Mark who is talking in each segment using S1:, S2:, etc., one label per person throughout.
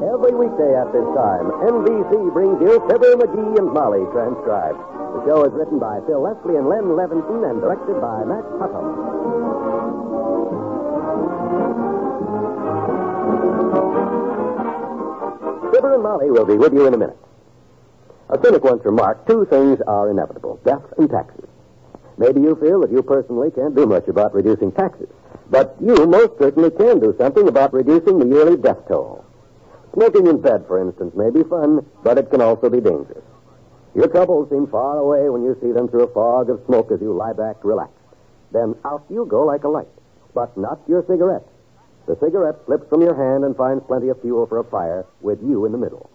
S1: Every weekday at this time, NBC brings you Fibber, McGee, and Molly transcribed. The show is written by Phil Leslie and Len Levinson and directed by Max Hutham. Fibber and Molly will be with you in a minute. A cynic once remarked, two things are inevitable, death and taxes. Maybe you feel that you personally can't do much about reducing taxes, but you most certainly can do something about reducing the yearly death toll. Smoking in bed, for instance, may be fun, but it can also be dangerous. Your troubles seem far away when you see them through a fog of smoke as you lie back relaxed. Then out you go like a light, but not your cigarette. The cigarette slips from your hand and finds plenty of fuel for a fire with you in the middle.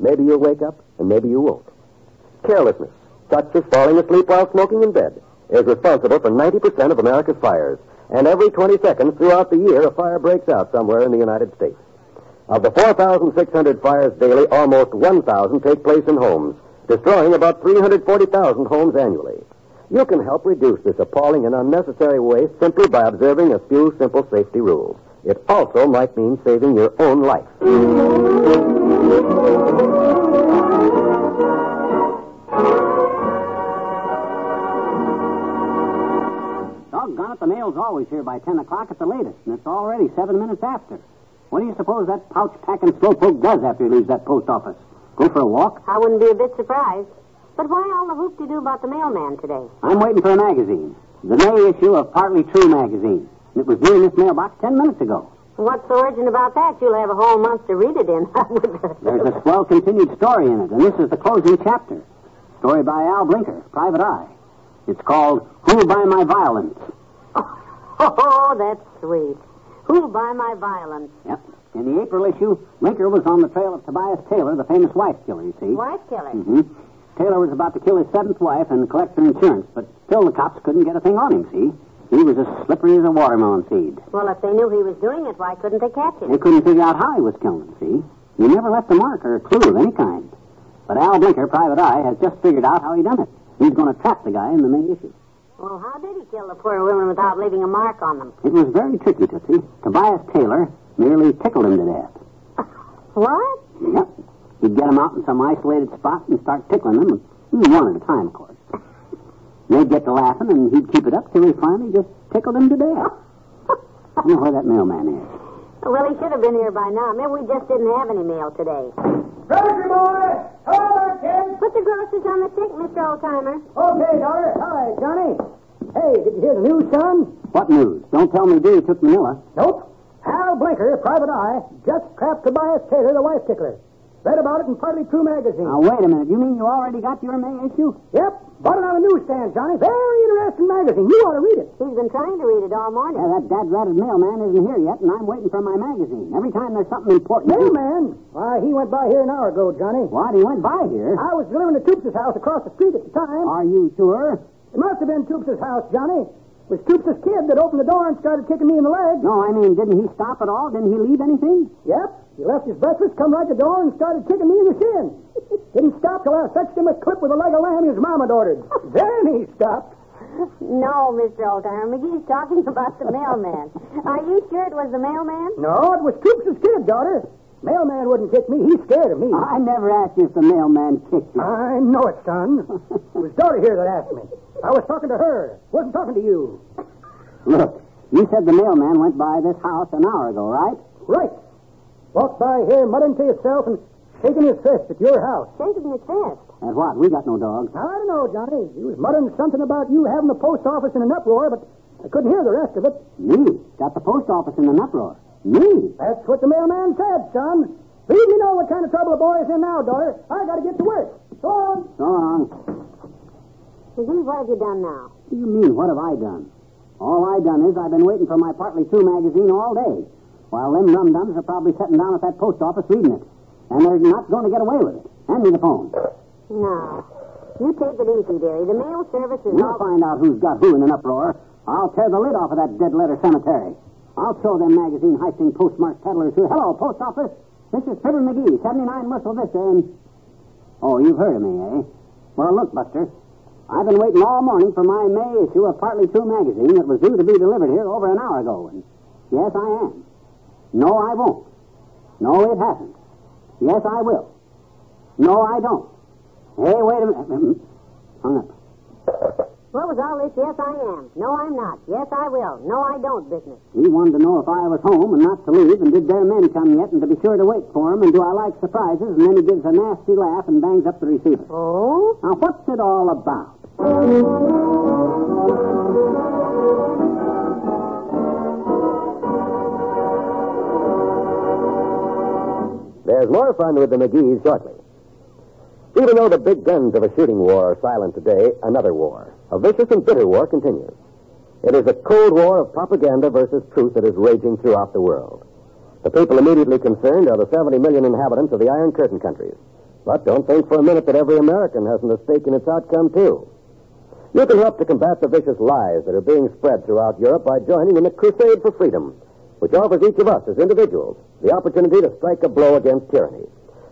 S1: Maybe you'll wake up, and maybe you won't. Carelessness, such as falling asleep while smoking in bed, is responsible for 90% of America's fires, and every 20 seconds throughout the year, a fire breaks out somewhere in the United States. Of the 4,600 fires daily, almost 1,000 take place in homes, destroying about 340,000 homes annually. You can help reduce this appalling and unnecessary waste simply by observing a few simple safety rules. It also might mean saving your own life.
S2: Doggone it, the mail's always here by 10 o'clock at the latest, and it's already seven minutes after. What do you suppose that pouch packing slowpoke does after he leaves that post office? Go for a walk?
S3: I wouldn't be a bit surprised. But why all the hoop de do about the mailman today?
S2: I'm waiting for a magazine. The May issue of Partly True magazine. It was due in this mailbox ten minutes ago.
S3: What's the origin about that? You'll have a whole month to read it in.
S2: There's a swell continued story in it, and this is the closing chapter. Story by Al Blinker, Private Eye. It's called Who By My Violence.
S3: oh, that's sweet. Who'll buy my violence?
S2: Yep. In the April issue, Blinker was on the trail of Tobias Taylor, the famous wife killer, you see.
S3: Wife killer.
S2: hmm Taylor was about to kill his seventh wife and collect her insurance, but still the cops couldn't get a thing on him, see? He was as slippery as a watermelon seed.
S3: Well, if they knew he was doing it, why couldn't they catch him?
S2: They couldn't figure out how he was killing, see? He never left a mark or a clue of any kind. But Al Blinker, Private Eye, has just figured out how he done it. He's going to trap the guy in the main issue.
S3: Well, how did he kill the poor women without leaving a mark on them?
S2: It was very tricky, Tootsie. Tobias Taylor merely tickled him to death.
S3: What?
S2: Yep. He'd get 'em out in some isolated spot and start tickling them, and one at a time, of course. They'd get to laughing, and he'd keep it up till he finally just tickled him to death. I know where that mailman is.
S3: Well, he should have been here by now. Maybe we just didn't have any mail today.
S4: Grocery boy! Hello there, kid!
S3: Put the groceries on the stick, Mr. Oldtimer.
S4: Okay, daughter. Hi, Johnny. Hey, did you hear the news, son?
S2: What news? Don't tell me Dewey took Manila.
S4: Nope. Hal Blinker, private eye, just trapped Tobias Taylor, the wife tickler. Read about it in Partly True magazine.
S2: Now, wait a minute. You mean you already got your May issue?
S4: Yep, bought it on a newsstand, Johnny. Very interesting magazine. You ought to read it.
S3: He's been trying to read it all
S2: Yeah,
S3: morning.
S2: that dad-ratted mailman isn't here yet, and I'm waiting for my magazine. Every time there's something important...
S4: Mailman? Why, he went by here an hour ago, Johnny.
S2: What? He went by here?
S4: I was delivering to Toops' house across the street at the time.
S2: Are you sure?
S4: It must have been Toops' house, Johnny. It was Toops' kid that opened the door and started kicking me in the leg.
S2: No, I mean, didn't he stop at all? Didn't he leave anything?
S4: Yep. He left his breakfast, come right to the door, and started kicking me in the shin. Didn't stop till I fetched him a clip with a leg of lamb his mom had ordered. then he stopped.
S3: No, Mr. Oldtimer. McGee's talking about the mailman. Are you sure it was the mailman?
S4: No, it was Coops' kid, daughter. Mailman wouldn't kick me. He's scared of me.
S2: I never asked you if the mailman kicked you.
S4: I know it, son. It was daughter here that asked me. I was talking to her. Wasn't talking to you.
S2: Look, you said the mailman went by this house an hour ago, right?
S4: Right. Walked by here muttering to yourself and shaking his fist at your house.
S3: Shaking his fist.
S2: And what? We got no dog.
S4: Now, I don't know, Johnny. He was muttering something about you having the post office in an uproar, but I couldn't hear the rest of it.
S2: Me. Got the post office in an uproar. Me.
S4: That's what the mailman said, son. Leave me know what kind of trouble a boy is in now, daughter. I gotta get to work. So long.
S2: So long.
S3: McGee, what have you done now?
S2: What do you mean, what have I done? All I done is I've been waiting for my Partly True magazine all day, while them dum-dums are probably sitting down at that post office reading it. And they're not going to get away with it. Hand me the phone.
S3: No. You take it easy, dearie. The mail service is all...
S2: We'll find out who's got who in an uproar. I'll tear the lid off of that dead letter cemetery. I'll show them magazine heisting postmark peddlers who. Hello, post office. This is Fibber McGee, 79 Whistle Vista, and. Oh, you've heard of me, eh? Well, look, Buster. I've been waiting all morning for my May issue of Partly True magazine that was due to be delivered here over an hour ago. And yes, I am. No, I won't. No, it hasn't. Yes, I will. No, I don't. Hey, wait a minute. Hmm. Hung up.
S3: What was all this? Yes, I am. No, I'm not. Yes, I will. No, I don't business.
S2: He wanted to know if I was home and not to leave, and did their men come yet, and to be sure to wait for 'em, and do I like surprises, and then he gives a nasty laugh and bangs up the receiver.
S3: Oh?
S2: Now, what's it all about?
S1: There's more fun with the McGees shortly. Even though the big guns of a shooting war are silent today, another war, a vicious and bitter war, continues. It is the Cold War of propaganda versus truth that is raging throughout the world. The people immediately concerned are the 70 million inhabitants of the Iron Curtain countries. But don't think for a minute that every American hasn't a stake in its outcome, too. You can help to combat the vicious lies that are being spread throughout Europe by joining in the Crusade for Freedom, which offers each of us as individuals the opportunity to strike a blow against tyranny.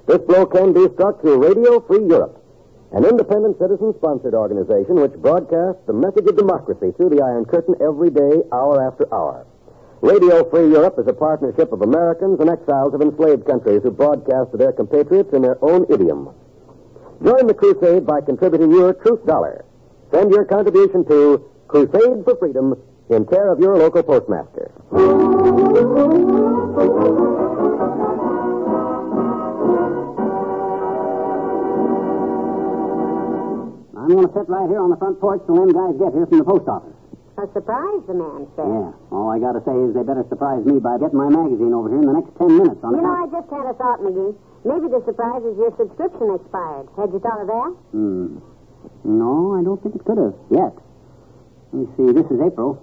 S1: This blow can be struck through Radio Free Europe, an independent citizen sponsored organization which broadcasts the message of democracy through the Iron Curtain every day, hour after hour. Radio Free Europe is a partnership of Americans and exiles of enslaved countries who broadcast to their compatriots in their own idiom. Join the crusade by contributing your truth dollar. Send your contribution to Crusade for Freedom in care of your local postmaster.
S2: I'm going to sit right here on the front porch till them guys get here from the post office.
S3: A surprise, the man said.
S2: Yeah. All I got to say is they better surprise me by getting my magazine over here in the next ten minutes. On
S3: You know, I
S2: account-
S3: just had a thought, McGee. Maybe the surprise is your subscription expired. Had you thought of that?
S2: Hmm. No, I don't think it could have yet. Let me see. This is April.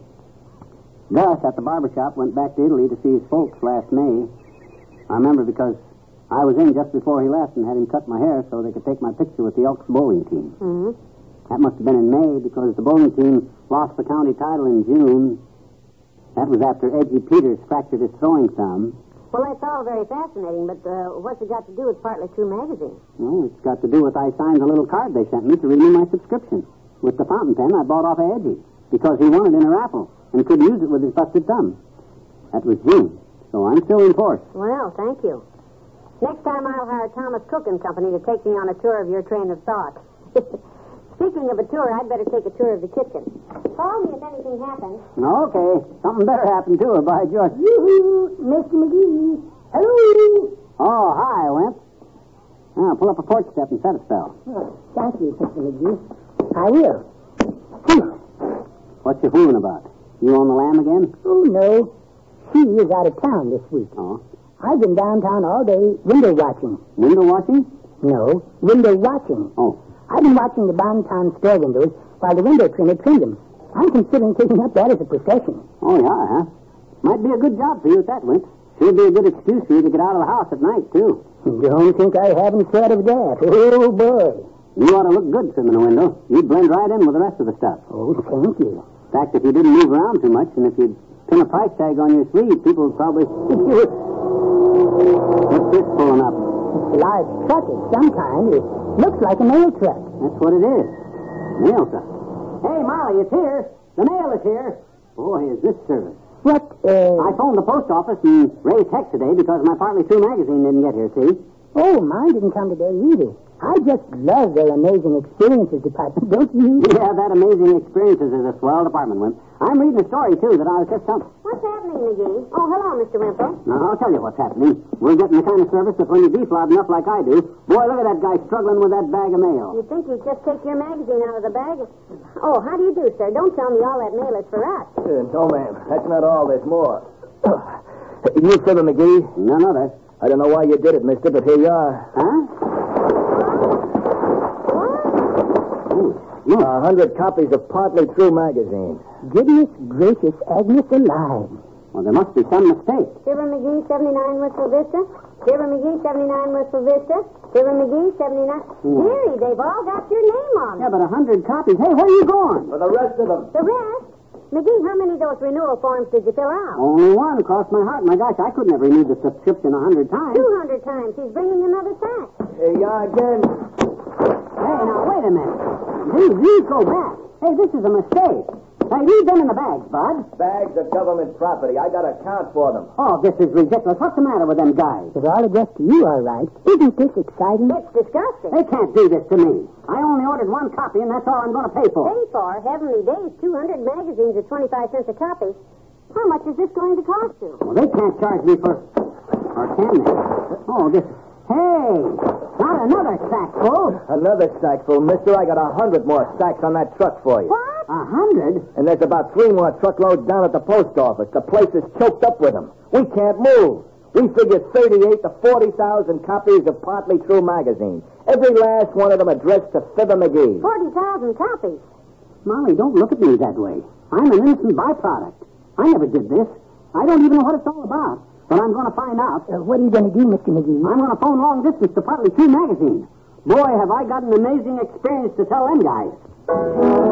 S2: Gus at the barber shop went back to Italy to see his folks last May. I remember because I was in just before he left and had him cut my hair so they could take my picture with the Elks bowling team.
S3: Mm-hmm.
S2: That must have been in May because the bowling team lost the county title in June. That was after Edgy Peters fractured his throwing thumb.
S3: Well, that's all very fascinating, but uh, what's it got to do with Partly True Magazine?
S2: Well, it's got to do with I signed a little card they sent me to renew my subscription. With the fountain pen I bought off of Edgy because he won it in a raffle and could use it with his busted thumb. That was June, so I'm still in force.
S3: Well, thank you. Next time I'll hire Thomas Cook and Company to take me on a tour of your train of thought. Speaking of a tour, I'd better take a tour of the kitchen. Call me if anything happens.
S2: Okay, something better happened to her by George.
S4: Yoo-hoo, Mr. McGee. Hello.
S2: Oh, hi, Wimp. Now, pull up a porch step and set a spell.
S4: Oh, thank you, Mr. McGee. I will. Come on.
S2: What's you fooling about? You on the lamb again?
S4: Oh, no. She is out of town this week.
S2: Oh.
S4: I've been downtown all day window watching.
S2: Window washing?
S4: No, window watching.
S2: Oh.
S4: I've been watching the downtown store windows while the window trimmer trimmed them. I'm considering taking up that as a profession.
S2: Oh, you are, huh? Might be a good job for you at that, Wimp. Sure be a good excuse for you to get out of the house at night, too.
S4: Don't think I haven't thought of that. Oh, boy.
S2: You ought to look good trimming a window. You'd blend right in with the rest of the stuff.
S4: Oh, thank you.
S2: In fact, if you didn't move around too much and if you'd pin a price tag on your sleeve, people would probably. What's this pulling up?
S4: It's a large truck of some kind. It looks like a mail truck.
S2: That's what it is. Mail truck. Hey, Molly, it's here. The mail is here. Boy, is this service.
S4: What, uh...
S2: I phoned the post office and raised heck today because my Partly True magazine didn't get here, see?
S4: Oh, mine didn't come today either. I just love their amazing experiences department, don't you?
S2: Yeah, that amazing experiences is a swell department, Wimp. I'm reading a story, too, that I was just telling.
S3: What's happening, McGee? Oh, hello, Mr. Wimple.
S2: Now, I'll tell you what's happening. We're getting the kind of service that when you defraud enough like I do, boy, look at that guy struggling with that bag of mail.
S3: You'd think you'd just take your magazine out of the bag. Oh, how do you do, sir? Don't tell me all that mail is for us.
S5: Uh,
S6: no, ma'am. That's not all. There's more. you, Fibber McGee?
S2: None other.
S6: I don't know why you did it, mister, but here you are.
S2: Huh?
S5: Hmm.
S6: A hundred copies of Partly True magazine.
S4: Goodness gracious, Agnes alive.
S2: Well, there must be some mistake.
S3: Fibber McGee, 79 Whistle Vista. Fibber McGee, 79 Whistle Vista. Fibber McGee, 79. Dearie, they've all got your name on them.
S2: Yeah, but a hundred copies. Hey, where are you going?
S6: For the rest of them.
S3: The rest? McGee, how many of those renewal forms did you fill out?
S2: Only one crossed my heart. My gosh, I couldn't have renewed the subscription a hundred times.
S3: 200 times. He's bringing another sack.
S6: Here you are again.
S2: Hey, Hey, now, wait a minute. Hey, you go back. Hey, this is a mistake. Now, leave them in the bags, Bud.
S5: Bags of government property. I got to account for them.
S2: Oh, this is ridiculous. What's the matter with them guys?
S4: They're all addressed to you, all right. Isn't this exciting?
S7: It's disgusting.
S2: They can't do this to me. I only ordered one copy, and that's all I'm going to pay for.
S7: Pay for Heavenly Days, 200 magazines at 25 cents a copy. How much is this going to cost you?
S2: Well, they can't charge me for. Or can they? Oh, this. Hey, not another sackful.
S5: Another sackful, mister. I got a hundred more sacks on that truck for you.
S7: What?
S2: A hundred?
S5: And there's about three more truckloads down at the post office. The place is choked up with them. We can't move. We figure 38 to 40,000 copies of Partly True magazine. Every last one of them addressed to Fibber McGee.
S7: 40,000 copies.
S2: Molly, don't look at me that way. I'm an innocent byproduct. I never did this. I don't even know what it's all about. But I'm going to find out.
S4: Uh, what are you going to do, Mr. McGee?
S2: I'm going to phone long distance to Partly True magazine. Boy, have I got an amazing experience to tell them guys.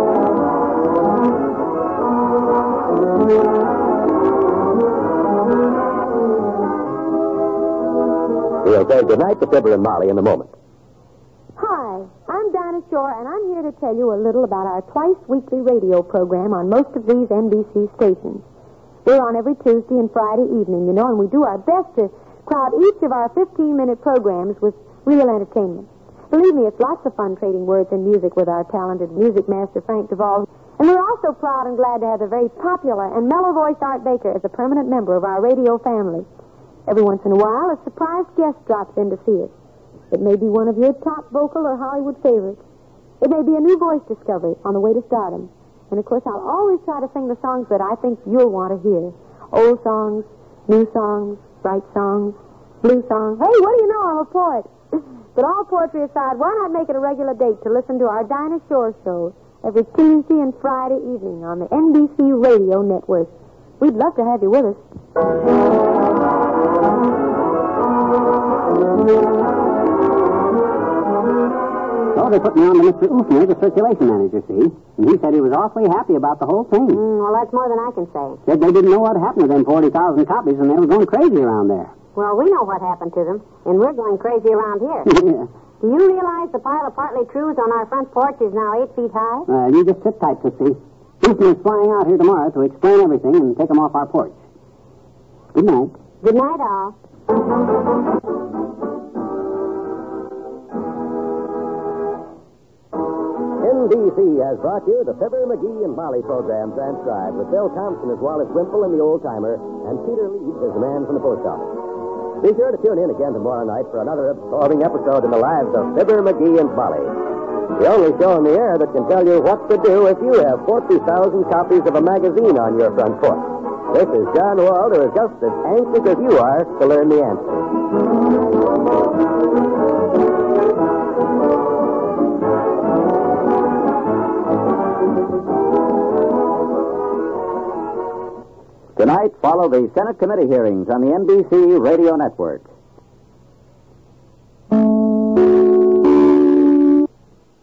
S1: We'll say goodnight to Fibber and Molly in a moment.
S3: Hi, I'm Donna Shore, and I'm here to tell you a little about our twice weekly radio program on most of these NBC stations. We're on every Tuesday and Friday evening, you know, and we do our best to crowd each of our 15 minute programs with real entertainment. Believe me, it's lots of fun trading words and music with our talented music master, Frank Duvall. And we're also proud and glad to have the very popular and mellow voiced Art Baker as a permanent member of our radio family. Every once in a while, a surprised guest drops in to see us. It may be one of your top vocal or Hollywood favorites. It may be a new voice discovery on the way to stardom. And of course, I'll always try to sing the songs that I think you'll want to hear. Old songs, new songs, bright songs, blue songs. Hey, what do you know? I'm a poet. But all poetry aside, why not make it a regular date to listen to our Dinah Shore show every Tuesday and Friday evening on the NBC Radio Network? We'd love to have you with us.
S2: So oh, they put me on to Mr. Oofner, the circulation manager, see? And he said he was awfully happy about the whole thing.
S7: Mm, well, that's more than I can say.
S2: Said they didn't know what happened to them 40,000 copies and they were going crazy around there.
S7: Well, we know what happened to them, and we're going crazy around here.
S2: Yeah.
S7: Do you realize the pile of partly trues on our front porch is now eight feet high?
S2: Well, you just sit tight, Tootsie. Oofner's flying out here tomorrow to explain everything and take 'em off our porch. Good night.
S7: Good night, all.
S1: NBC has brought you the Fibber, McGee, and Molly program transcribed with Bill Thompson as Wallace Wimple and the old timer, and Peter Leeds as the man from the post office. Be sure to tune in again tomorrow night for another absorbing episode in the lives of Fibber, McGee, and Molly. The only show on the air that can tell you what to do if you have 40,000 copies of a magazine on your front porch. This is John Wald, who is just as anxious as you are to learn the answer.
S5: Tonight, follow the Senate committee hearings on the NBC Radio Network.